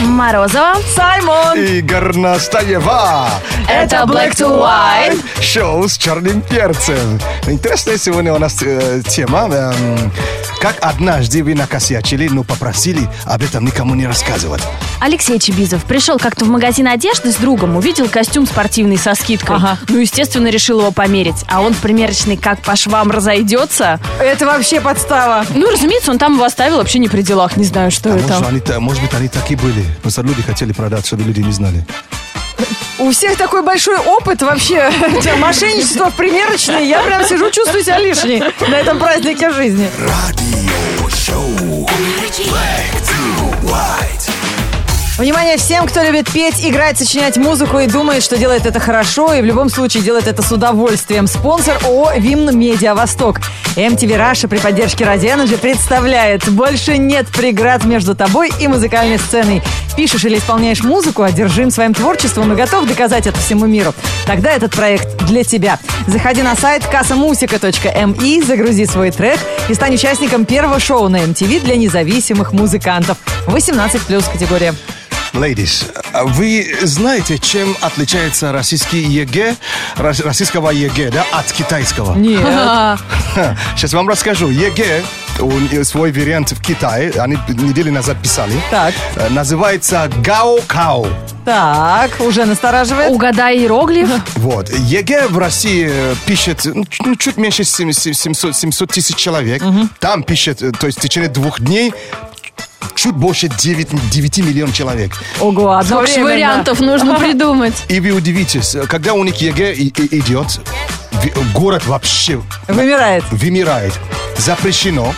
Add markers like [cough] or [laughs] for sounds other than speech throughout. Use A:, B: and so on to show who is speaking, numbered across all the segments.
A: Морозова.
B: Саймон!
C: И Горностаева.
A: Это Black to White.
C: Шоу с черным перцем. Интересная сегодня у нас э, тема. эм, как однажды вы накосячили, но попросили об этом никому не рассказывать.
A: Алексей Чебизов пришел как-то в магазин одежды с другом, увидел костюм спортивный со скидкой.
B: Ага.
A: Ну, естественно, решил его померить. А он в примерочной как по швам разойдется.
B: Это вообще подстава.
A: Ну, разумеется, он там его оставил, вообще не при делах, не знаю, что
C: А
A: это. [laughs]
C: может, они, та- может быть, они так и были. Просто люди хотели продать, чтобы люди не знали.
B: У всех такой большой опыт вообще. Мошенничество в примерочной. Я прям сижу, чувствую себя лишней на этом празднике жизни. Внимание всем, кто любит петь, играть, сочинять музыку и думает, что делает это хорошо и в любом случае делает это с удовольствием. Спонсор ООО «Вимн Медиа Восток». MTV Раша при поддержке Радио Energy представляет «Больше нет преград между тобой и музыкальной сценой». Пишешь или исполняешь музыку, одержим своим творчеством и готов доказать это всему миру. Тогда этот проект для тебя. Заходи на сайт kassamusica.me, загрузи свой трек и стань участником первого шоу на MTV для независимых музыкантов. 18+, категория.
C: Ladies, а вы знаете, чем отличается российский ЕГЭ, рос- российского ЕГЭ, да, от китайского?
B: Нет.
C: Сейчас вам расскажу. ЕГЭ, у- свой вариант в Китае, они неделю назад писали.
B: Так.
C: Э, Называется Гао-Као.
B: [laughs] Так, уже
A: [laughs]
B: настораживает.
A: Угадай иероглиф.
C: Вот. ЕГЭ в России э, пишет ну, ч- ну, чуть меньше сем- сем- 700 700 тысяч человек. Там пишет, э, то есть в течение двух дней чуть больше 9, 9 миллионов человек.
B: Ого, а одно
A: Сколько ж вариантов нужно [laughs] придумать?
C: И вы удивитесь, э, когда у них ЕГЭ и- и- идет, ви- город вообще
B: Вымирает.
C: вымирает. Запрещено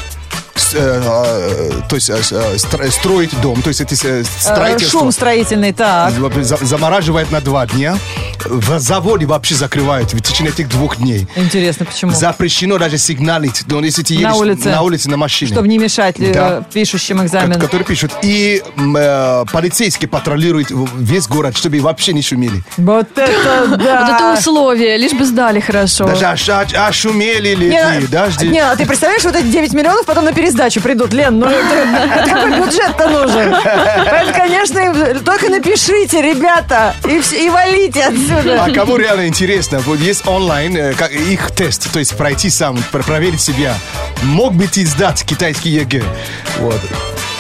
C: с- э, э, то есть э, с- э, стро- строить дом, то есть это э,
B: Э,
C: строительство.
B: Шум строительный, так.
C: За- Замораживает на два дня. В заводе вообще закрывают в течение этих двух дней.
B: Интересно, почему?
C: Запрещено даже сигналить, но если ты едешь
B: На улице.
C: на, улице, на машине,
B: Чтобы не мешать ли,
C: Да.
B: э, пишущим
C: ко-
B: экзамен.
C: которые пишут. И м, э, полицейские патрулируют в- весь город, чтобы вообще не шумели.
A: [laughs]
B: Вот это да.
A: Вот это условие, лишь бы сдали хорошо.
C: Даже а, а- а шумели ли
B: Не,
C: ты, да, жди.
B: не, а ты представляешь, вот эти 9 миллионов потом на пересдачу придут. Лен, ну это- какой бюджет-то нужен? Поэтому, конечно, им- только напишите, ребята, и, вс- и валите отсюда.
C: А кому реально интересно, вот есть онлайн э, как- их тест, то есть пройти сам, пр- проверить себя. Мог бы ты сдать китайский ЕГЭ? Вот.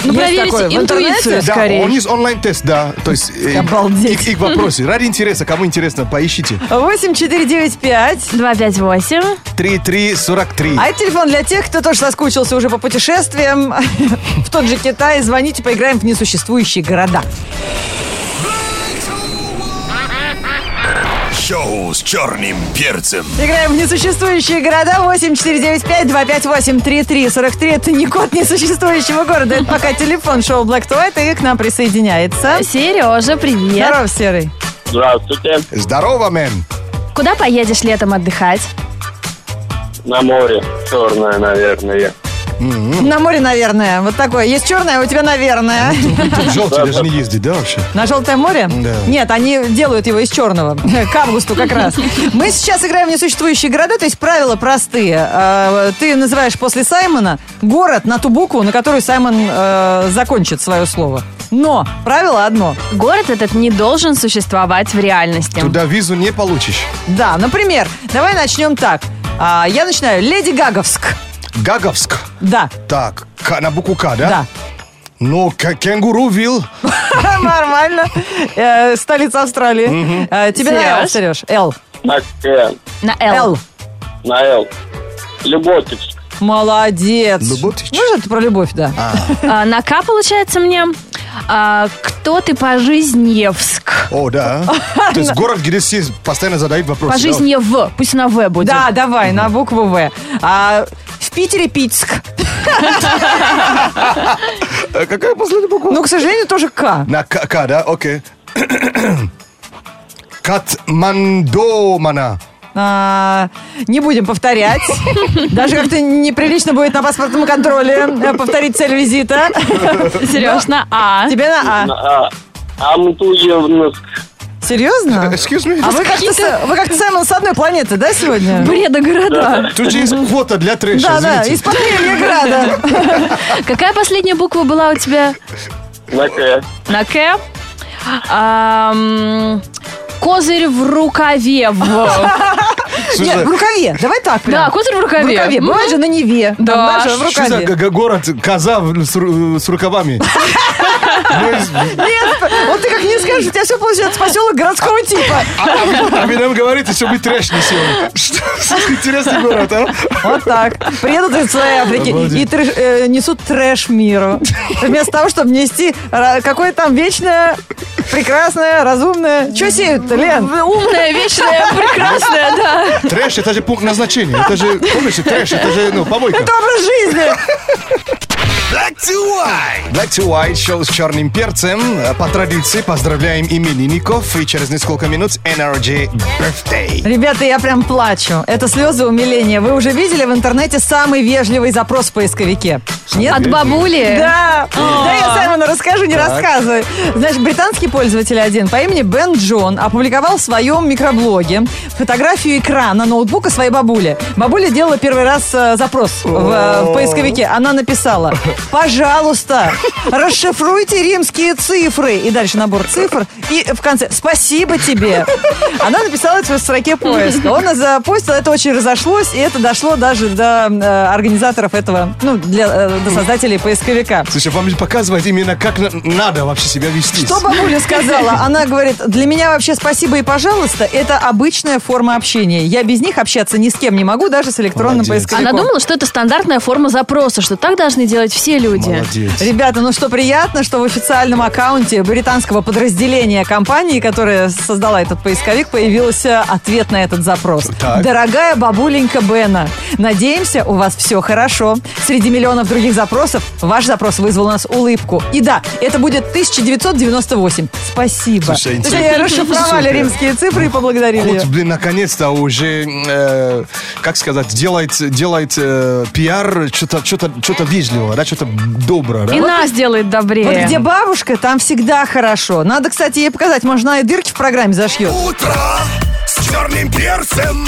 A: Ну,
B: Есть
A: проверите
B: такое в
A: интуицию
B: интернете?
C: Да,
A: скорее.
C: он есть онлайн-тест, да. То есть э,
B: Обалдеть.
C: их, их вопросы. Ради интереса, кому интересно, поищите.
B: 8495.
A: 258.
C: 3343.
B: А это телефон для тех, кто тоже соскучился уже по путешествиям [laughs] в тот же Китай. Звоните, поиграем в несуществующие города.
D: Шоу с черным перцем.
B: Играем в несуществующие города 8495-258-3343. Это не код несуществующего города. Это пока телефон шоу Black to White и к нам присоединяется.
A: Сережа, привет.
B: Здорово, Серый.
E: Здравствуйте,
C: Здорово, мэн.
A: Куда поедешь летом отдыхать?
E: на море. Черное, наверное.
B: На море, наверное. Вот такое. Есть черное, а у тебя, наверное.
C: Тут желтый даже не ездит, да, вообще?
B: На желтое море?
C: Да.
B: Нет, они делают его из черного. [laughs] К августу как раз. Мы сейчас играем в несуществующие города, то есть правила простые. Э, Ты называешь после Саймона город на ту букву, на которую Саймон э, закончит свое слово. Но правило одно.
A: Город этот не должен существовать в реальности.
C: Туда визу не получишь.
B: Да, например, давай начнем так. А, Я начинаю. Леди Гаговск.
C: Гаговск.
B: Да,
C: Так, К- на букву К, да?
B: да.
C: Ну, к- Кенгурувилл.
B: [laughs] Нормально. Э, Столица Австралии. Э, Тебе
A: Серёж?
B: на Л, Сереж. Л.
E: На К,
A: На Л.
B: Л.
E: на Л. Люботич.
B: Молодец.
C: Люботич.
B: Ну, это про любовь, да.
A: А, на К получается мне. а, кто ты по жизневск?
C: О, да. То есть город, где все постоянно задают вопросы.
A: По
C: да?
A: жизни в. Пусть на В будет.
B: Да, давай, на букву В. А, в Питере Питск.
C: Э, Какая последняя буква?
B: Ну, к сожалению, тоже К.
C: На К, К, да? Окей. Катмандомана.
B: А, не
A: [laughs]
B: будем повторять. Даже как-то неприлично будет на паспортном контроле э, повторить цель визита.
A: [laughs] Сереж, на А.
B: [laughs] Тебе на А.
E: На А. Амтуевнск.
B: Серьезно?
C: Excuse me.
B: А вы как-то, с- вы как-то, Саймон, с одной планеты, да, сегодня?
A: Бреда города.
C: Тут же
B: [laughs]
C: есть квота для трэша,
B: Да, да,
C: извините. [laughs]
B: из Патриарграда.
A: Какая последняя буква была у тебя?
E: на К,
A: На К. Ам, Козырь в рукаве.
B: [laughs]
A: в-
C: Слушай,
B: Нет, в рукаве. Давай так прям.
A: Да, козырь в
B: В
A: рукаве.
B: рукаве.
A: М,
B: Бывает же на Неве.
A: Да.
B: Там наша в
C: Что за
B: рукаве.
C: г- г- город? Коза в- с, ру- с рукавами. Ну, из-
B: Нет, вот ты как не скажешь, у тебя все получается поселок городского типа.
C: А, а вы- а вы нам говорите, что мы трэш несем. Что за интересный город, а?
B: Вот так. Приедут из своей Африки и
C: Обалдеть.
B: трэш- э, несут трэш миру. Вместо того, чтобы нести ра- какое-то там вечное, прекрасное, разумное. Че сеют-то, Лен?
A: Умная, вечная, прекрасная,
B: [laughs]
A: да.
C: Трэш это же пункт назначения. Это же, помнишь, трэш, это же, ну, помойка.
B: Это [laughs] образ жизни.
D: Black to white.
C: Black to White, шоу с черным перцем. Э, По традиции поздравляем именинников. И через несколько минут NRJ Birthday.
B: Ребята, я прям плачу. Это слезы умиления. Вы уже видели в интернете самый вежливый запрос в поисковике? Нет?
A: От бабули.
B: Да, да, я Саймону расскажу, не рассказывай. Значит, британский пользователь один по имени Бен Джон опубликовал в своем микроблоге фотографию экрана ноутбука своей бабули. Бабуля делала первый раз э, запрос в, э, в поисковике. Она написала, пожалуйста, расшифруйте римские цифры. И дальше набор цифр. И в конце, спасибо тебе. Она написала это в строке поиска. Он запостил, это очень разошлось, и это дошло даже до э, организаторов этого, ну, для, э, до создателей поисковика.
C: Слушай, вам же показывает именно, как на- надо вообще себя вести.
B: Что бабуля сказала? Она говорит, для меня вообще спасибо и пожалуйста, это обычная форма общения. Я без них общаться ни с кем не могу, даже с электронным
C: Молодец.
B: поисковиком.
A: Она думала, что это стандартная форма запроса, что так должны делать все люди.
C: Молодец.
B: Ребята, ну что приятно, что в официальном аккаунте британского подразделения компании, которая создала этот поисковик, появился ответ на этот запрос.
C: Так.
B: Дорогая бабуленька Бена, надеемся, у вас все хорошо. Среди миллионов других запросов ваш запрос вызвал у нас улыбку. И да, это будет 1998. Спасибо.
C: Слушай,
B: То есть
C: интересно.
B: они расшифровали
C: Супер.
B: римские цифры и поблагодарили
C: Вот,
B: ее.
C: блин, наконец-то уже, э, как сказать, делает, делает э, пиар что-то что-то что-то вежливого, да, что-то доброе, да?
A: И нас делает добрее.
B: Вот где бабушка, там всегда хорошо. Надо, кстати, ей показать, может, она и дырки в программе зашьет.
D: Утро с черным перцем.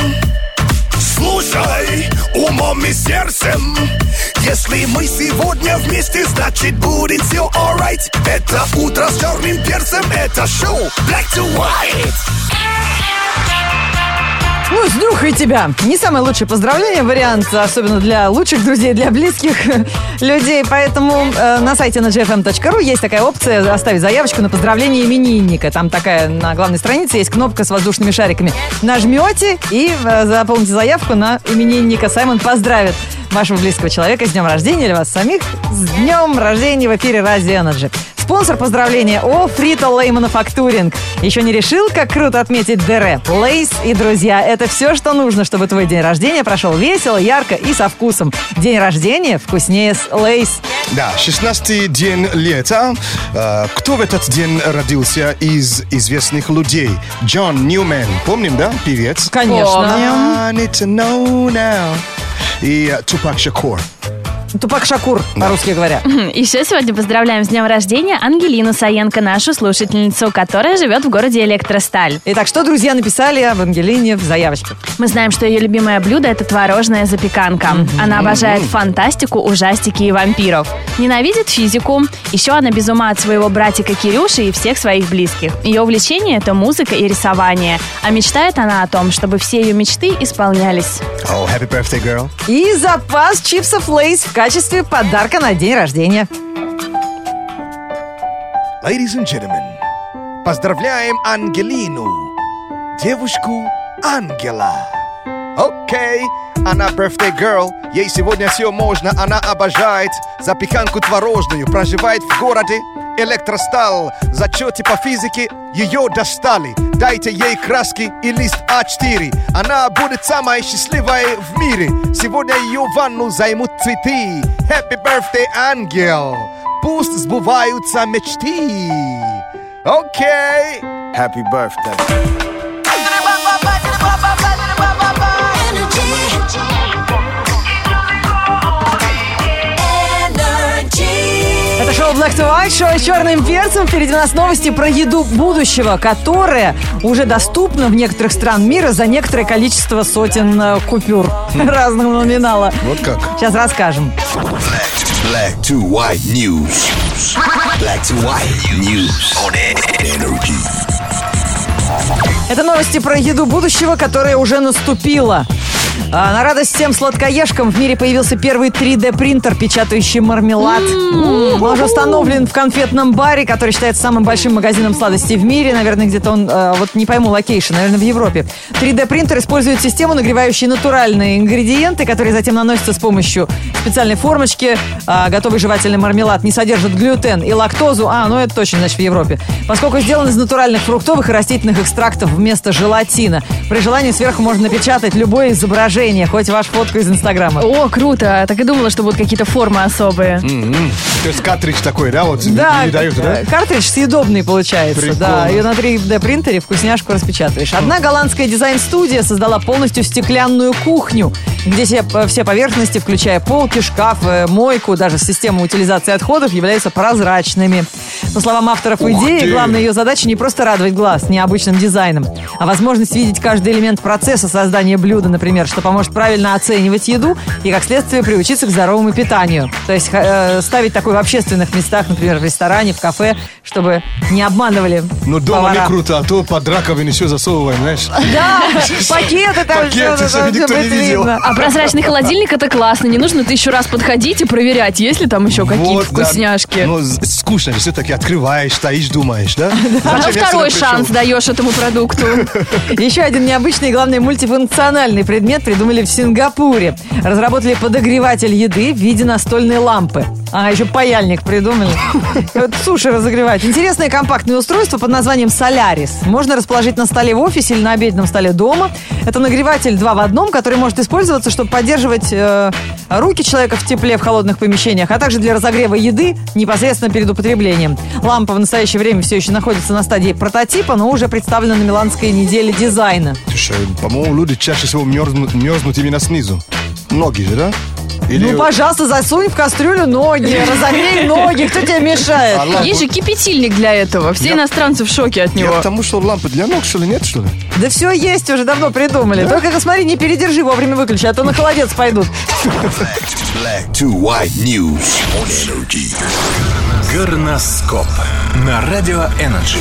D: Слушай умом и сердцем. Если мы сегодня вместе, значит будет все alright. Это утро с черным перцем, это шоу Black to white.
B: Ну, с Дрюхой тебя. Не самое лучшее поздравление, вариант, особенно для лучших друзей, для близких [laughs] людей. Поэтому э, на сайте nagfm.ru есть такая опция оставить заявочку на поздравление именинника. Там такая на главной странице есть кнопка с воздушными шариками. Нажмете и э, заполните заявку на именинника. Саймон поздравит вашего близкого человека с днем рождения или вас самих с днем рождения в эфире Рази Energy. Спонсор поздравления о Фрита Лей Мануфактуринг. Еще не решил, как круто отметить ДР? Лейс и друзья – это все, что нужно, чтобы твой день рождения прошел весело, ярко и со вкусом. День рождения вкуснее с Лейс.
C: Да, 16 день лета. Э, Кто в этот день родился из известных людей? Джон Ньюмен, помним, да, певец?
A: Конечно.
C: I need to know now. И э, Тупак Шакур.
B: Тупак Шакур, по-русски говоря.
F: Еще Хм, сегодня поздравляем с днем рождения Ангелину Саенко, нашу слушательницу, которая живет в городе Электросталь.
B: Итак, что друзья написали об Ангелине в заявочке?
F: Мы знаем, что ее любимое блюдо – это творожная запеканка. Она обожает фантастику, ужастики и вампиров. Ненавидит физику. Еще она без ума от своего братика Кирюши и всех своих близких. Ее увлечение – это музыка и рисование. А мечтает она о том, чтобы все ее мечты исполнялись.
C: Oh, happy birthday, girl.
B: И запас чипсов Лейс в качестве подарка на день рождения.
D: Ladies and gentlemen, поздравляем Ангелину, девушку Ангела.
C: Окей, она birthday girl, ей сегодня все можно, она обожает запеканку творожную, проживает в городе, электростал, зачеты по физике ее достали, дайте ей краски и лист А4, она будет самая счастливая в мире, сегодня ее ванну займут цветы, happy birthday ангел, пусть сбываются мечты, окей, happy birthday.
B: Это Это шоу Black to White, шоу с черным перцем. Впереди у нас новости про еду будущего, которая уже доступна в некоторых стран мира за некоторое количество сотен э, купюр [laughs] разного номинала.
C: Вот как.
B: Сейчас расскажем.
D: Black to white news. Black to white news on energy.
B: Это новости про еду будущего, которая уже наступила. А, На радость всем сладкоежкам в мире появился первый 3D-принтер, печатающий мармелад. Он уже установлен в конфетном баре, который считается самым большим магазином сладостей в мире. Наверное, где-то он, э, вот не пойму, локейшн, наверное, в Европе. 3D-принтер использует систему, нагревающую натуральные ингредиенты, которые затем наносятся с помощью специальной формочки. А, Готовый жевательный мармелад не содержит глютен и лактозу. А, ну это точно, значит, в Европе. Поскольку сделан из натуральных фруктовых и растительных экстрактов вместо желатина. При желании сверху можно напечатать любое изображение, хоть вашу фотку из Инстаграма.
F: О, круто! Так и думала, что будут какие-то формы особые.
C: То есть картридж такой, да, вот
B: Да,
C: не дают, да?
B: э, картридж съедобный получается,
C: Прикольно.
B: да. Ее на 3D-принтере вкусняшку распечатываешь. Одна голландская дизайн-студия создала полностью стеклянную кухню, где все, э, все поверхности, включая полки, шкаф, э, мойку, даже система утилизации отходов, являются прозрачными. По словам авторов идеи,
C: ты.
B: главная ее задача не просто радовать глаз необычным дизайном, а возможность видеть каждый элемент процесса создания блюда, например, что поможет правильно оценивать еду и, как следствие, приучиться к здоровому питанию. То есть ха- э, ставить такое в общественных местах, например, в ресторане, в кафе, чтобы не обманывали
C: Ну дома не
B: повара.
C: круто, а то под раковиной все засовываем, знаешь. [laughs]
B: Да, пакеты там
C: Пакеты,
B: всё,
C: чтобы
B: там
C: никто не
B: всё будет
C: видел.
B: видно.
F: А прозрачный холодильник это классно. Не нужно ты еще раз подходить и проверять, есть ли там еще какие-то
C: Вот, да.
F: вкусняшки.
C: Ну, з- скучно же все-таки открываешь, стоишь, думаешь, да?
F: А
C: Зачем я
F: второй
C: сюда
F: шанс
C: пришел?
F: даешь этому
C: [laughs]
F: продукту.
B: Еще один необычный и, главное, мультифункциональный предмет придумали в Сингапуре. Разработали подогреватель еды в виде настольной лампы. А, еще паяльник
C: [laughs]
B: придумали. Вот суши разогревать. Интересное компактное устройство под названием «Солярис». Можно расположить на столе в офисе или на обеденном столе дома. Это нагреватель два в одном, который может использоваться, чтобы поддерживать э, руки человека в тепле в холодных помещениях, а также для разогрева еды непосредственно перед употреблением. Лампа в настоящее время все еще находится на стадии прототипа, но уже представлена на Миланской неделе дизайна.
C: Слушай, по-моему, люди чаще всего мерзнут, мерзнут именно снизу. Ноги же, да? Или-
B: Ну, пожалуйста, засунь в кастрюлю ноги, разогрей ноги, кто тебе мешает?
C: А лампу-
F: Есть же кипятильник для этого. Все
C: Я-
F: иностранцы в шоке от
C: Я
F: него.
C: потому что лампа для ног, что ли, нет, что ли?
B: Да все есть, уже давно придумали. Только ты смотри, не передержи, вовремя выключи, а то на холодец пойдут.
D: Black to white news on energy.
G: Горноскоп на радио Энерджи.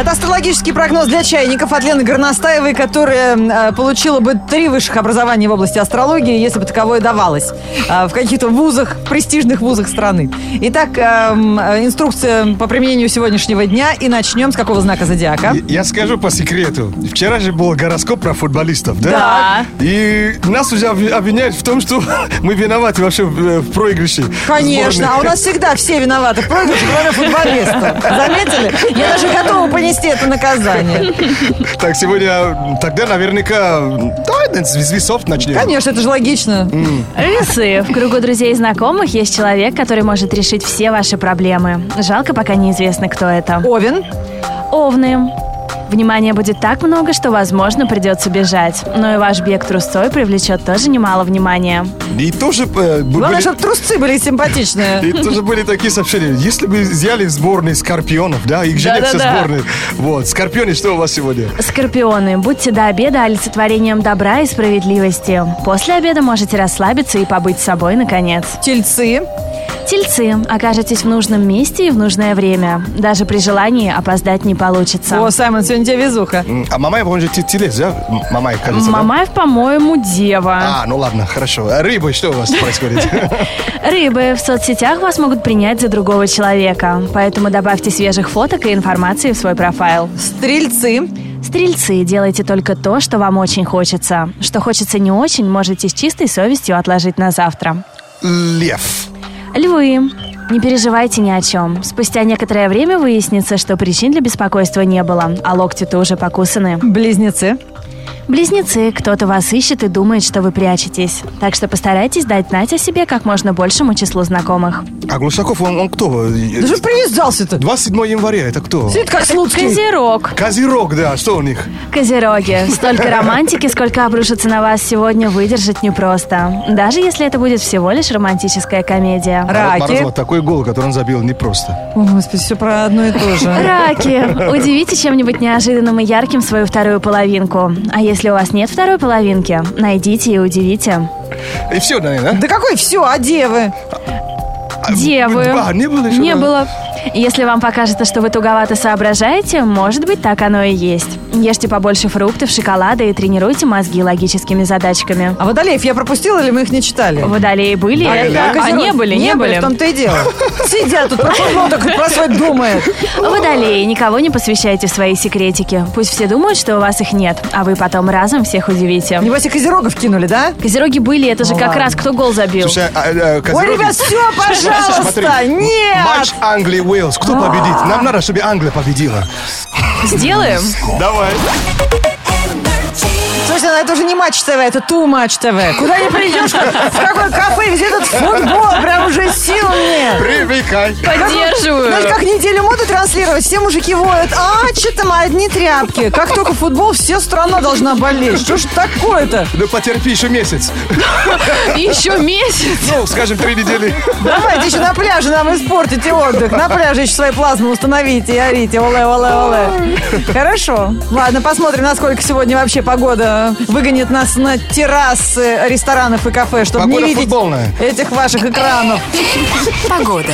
B: Это астрологический прогноз для чайников от Лены Горностаевой, которая э, получила бы три высших образования в области астрологии, если бы таковое давалось э, в каких-то вузах, престижных вузах страны. Итак, эм, э, инструкция по применению сегодняшнего дня и начнем с какого знака зодиака?
C: Я- Я скажу по секрету. Вчера же был гороскоп про футболистов, да? Да. И нас уже обви- обвиняют в том, что [laughs] мы виноваты вообще в, э, в проигрыше.
B: Конечно, а у
C: сборной.
B: нас всегда все виноваты в проигрыше, кроме футболиста. Заметили? Я даже готова понести это наказание.
C: Так, сегодня, э, тогда наверняка, м, давай э, с с весов начнем.
B: Конечно, это же логично.
F: Весы. В кругу друзей и знакомых есть человек, который может решить все ваши проблемы. Жалко, пока неизвестно, кто это.
B: Овен,
F: Овны. Внимания будет так много, что, возможно, придется бежать. Но и ваш бег трусцой привлечет тоже немало внимания.
C: И тоже, э, бу-
B: главное,
C: были,
B: чтобы трусцы были симпатичные.
C: и тоже были такие сообщения. Если бы взяли в сборной скорпионов, да, их же нет со
F: Да-да-да.
C: сборной. Вот, скорпионы, что у вас сегодня?
F: Скорпионы, будьте до обеда олицетворением добра и справедливости. После обеда можете расслабиться и побыть собой, наконец.
B: Тельцы,
F: Тельцы, окажетесь в нужном месте и в нужное время. Даже при желании опоздать не получится.
B: О, Саймон, сегодня тебе везуха.
C: М, А мамай, по-моему, же телец, да? М, Мамай, кажется, да?
F: Мамаев, по-моему, дева.
C: А, ну ладно, хорошо. А Рыбы, что у вас происходит? [laughs]
F: Рыбы, в соцсетях вас могут принять за другого человека. Поэтому добавьте свежих фоток и информации в свой профайл.
B: Стрельцы,
F: Стрельцы, делайте только то, что вам очень хочется. Что хочется не очень, можете с чистой совестью отложить на завтра.
C: Лев.
F: Львы, не переживайте ни о чем. Спустя некоторое время выяснится, что причин для беспокойства не было, а локти-то уже покусаны.
B: близнецы,
F: Близнецы, кто-то вас ищет и думает, что вы прячетесь. Так что постарайтесь дать знать о себе как можно большему числу знакомых.
C: А Глушаков, он, он кто?
B: Даже привязался-то.
C: 27 января, это кто?
B: Сидит как Слуцкий.
F: Козерог.
C: Козерог, да, что у них?
F: Козероги, столько романтики, сколько обрушится на вас сегодня, выдержать непросто. Даже если это будет всего лишь романтическая комедия.
B: Раки.
C: Морозов, такой гол, который он забил, непросто.
B: О, Господи, все про одно и то же.
F: Раки, удивите чем-нибудь неожиданным и ярким свою вторую половинку. А если у вас нет второй половинки, найдите и удивите.
C: И все, наверное,
B: Да какой все, а девы?
C: да?
F: Девы.
C: Два, ну, а, не было еще?
F: Не
C: да?
F: было. Если вам покажется, что вы туговато соображаете, может быть, так оно и есть. Ешьте побольше фруктов, шоколада и тренируйте мозги логическими задачками.
B: А водолеев я пропустила или мы их не читали?
F: Водолеи были,
B: А,
F: это- а
B: Козерог-
F: не были, не были.
B: В том-то и дело. Сидят тут, про футбол так про свой думает.
F: Водолеи, никого не посвящайте в свои секретики. Пусть все думают, что у вас их нет, а вы потом разом всех удивите.
B: Небось и козерогов кинули, да?
F: Козероги были, это же
B: Ну
F: как
B: ладно.
F: раз кто гол забил.
C: Слушай, а, э,
B: Ой,
C: Козероги-
B: ребят, все,
C: Смотри,
B: пожалуйста,
C: Матч
B: нет! А.
C: Англии Уэльс. Кто победит? Нам надо, чтобы Англия победила.
F: Сделаем?
C: Давай.
B: Слушайте, ну это уже не Матч ТВ, это Ту Матч ТВ. Куда не придешь, в какое кафе, где этот футбол, прям уже сил нет.
C: Привыкай.
F: Поддерживаю.
B: Знаешь, как неделю моды транслировать, все мужики воют, а, что там, одни тряпки. Как только футбол, вся страна должна болеть. Что ж такое-то?
C: Ну потерпи еще месяц. [laughs]
A: Еще месяц.
C: Ну, скажем, три недели.
B: Давайте еще на пляже нам испортите отдых. На пляже еще свои плазмы установите и орите. Оле, оле, оле. Хорошо. Ладно, посмотрим, насколько сегодня вообще погода выгонит нас на террасы ресторанов и кафе, чтобы
C: Погода
B: не видеть
C: футбольная.
B: этих ваших экранов.
A: Погода.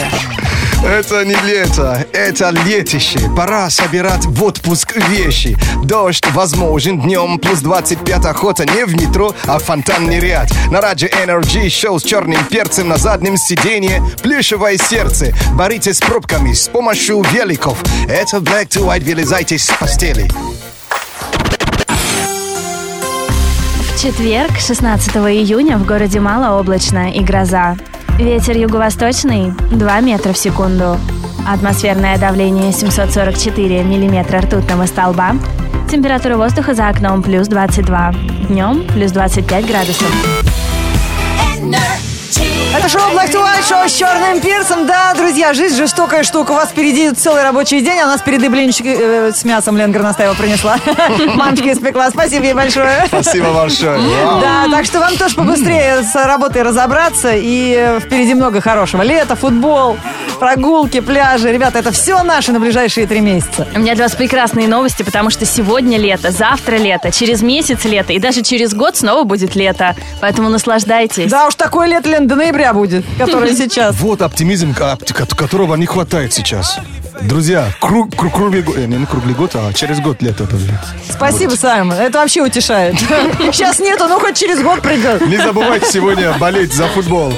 C: Это не лето, это летище. Пора собирать в отпуск вещи. Дождь возможен днем, плюс 25 охота не в метро, а в фонтанный ряд. На радио Energy шоу с черным перцем на заднем сиденье. Плюшевое сердце. Боритесь с пробками с помощью великов. Это Black to White, вылезайте с постели.
F: В четверг, 16 июня, в городе малооблачно и гроза. Ветер юго-восточный 2 метра в секунду. Атмосферное давление 744 миллиметра ртутного столба. Температура воздуха за окном плюс 22. Днем плюс 25 градусов.
B: Это шоу Black to White, шоу с черным перцем. Да, друзья, жизнь жестокая штука. У вас впереди целый рабочий день, а у нас впереди блинчики э, с мясом Лен Горностаева принесла. Мамочки испекла. Спасибо ей большое.
C: Спасибо большое. Вау.
B: Да, так что вам тоже побыстрее с работой разобраться. И э, впереди много хорошего. Лето, футбол, прогулки, пляжи. Ребята, это все наше на ближайшие три месяца.
F: У меня для вас прекрасные новости, потому что сегодня лето, завтра лето, через месяц лето и даже через год снова будет лето. Поэтому наслаждайтесь.
B: Да уж, такое лето, Лен, до ноября будет,
C: [laughs]
B: которое сейчас.
C: Вот оптимизм, ко- ко- которого не хватает сейчас. Друзья, кру- кру- круглый год, э, не, не круглый год, а через год лето. тоже.
B: Спасибо, Саймон. Это вообще утешает. Сейчас нету, ну хоть через год придет.
C: Не забывайте сегодня болеть за футбол.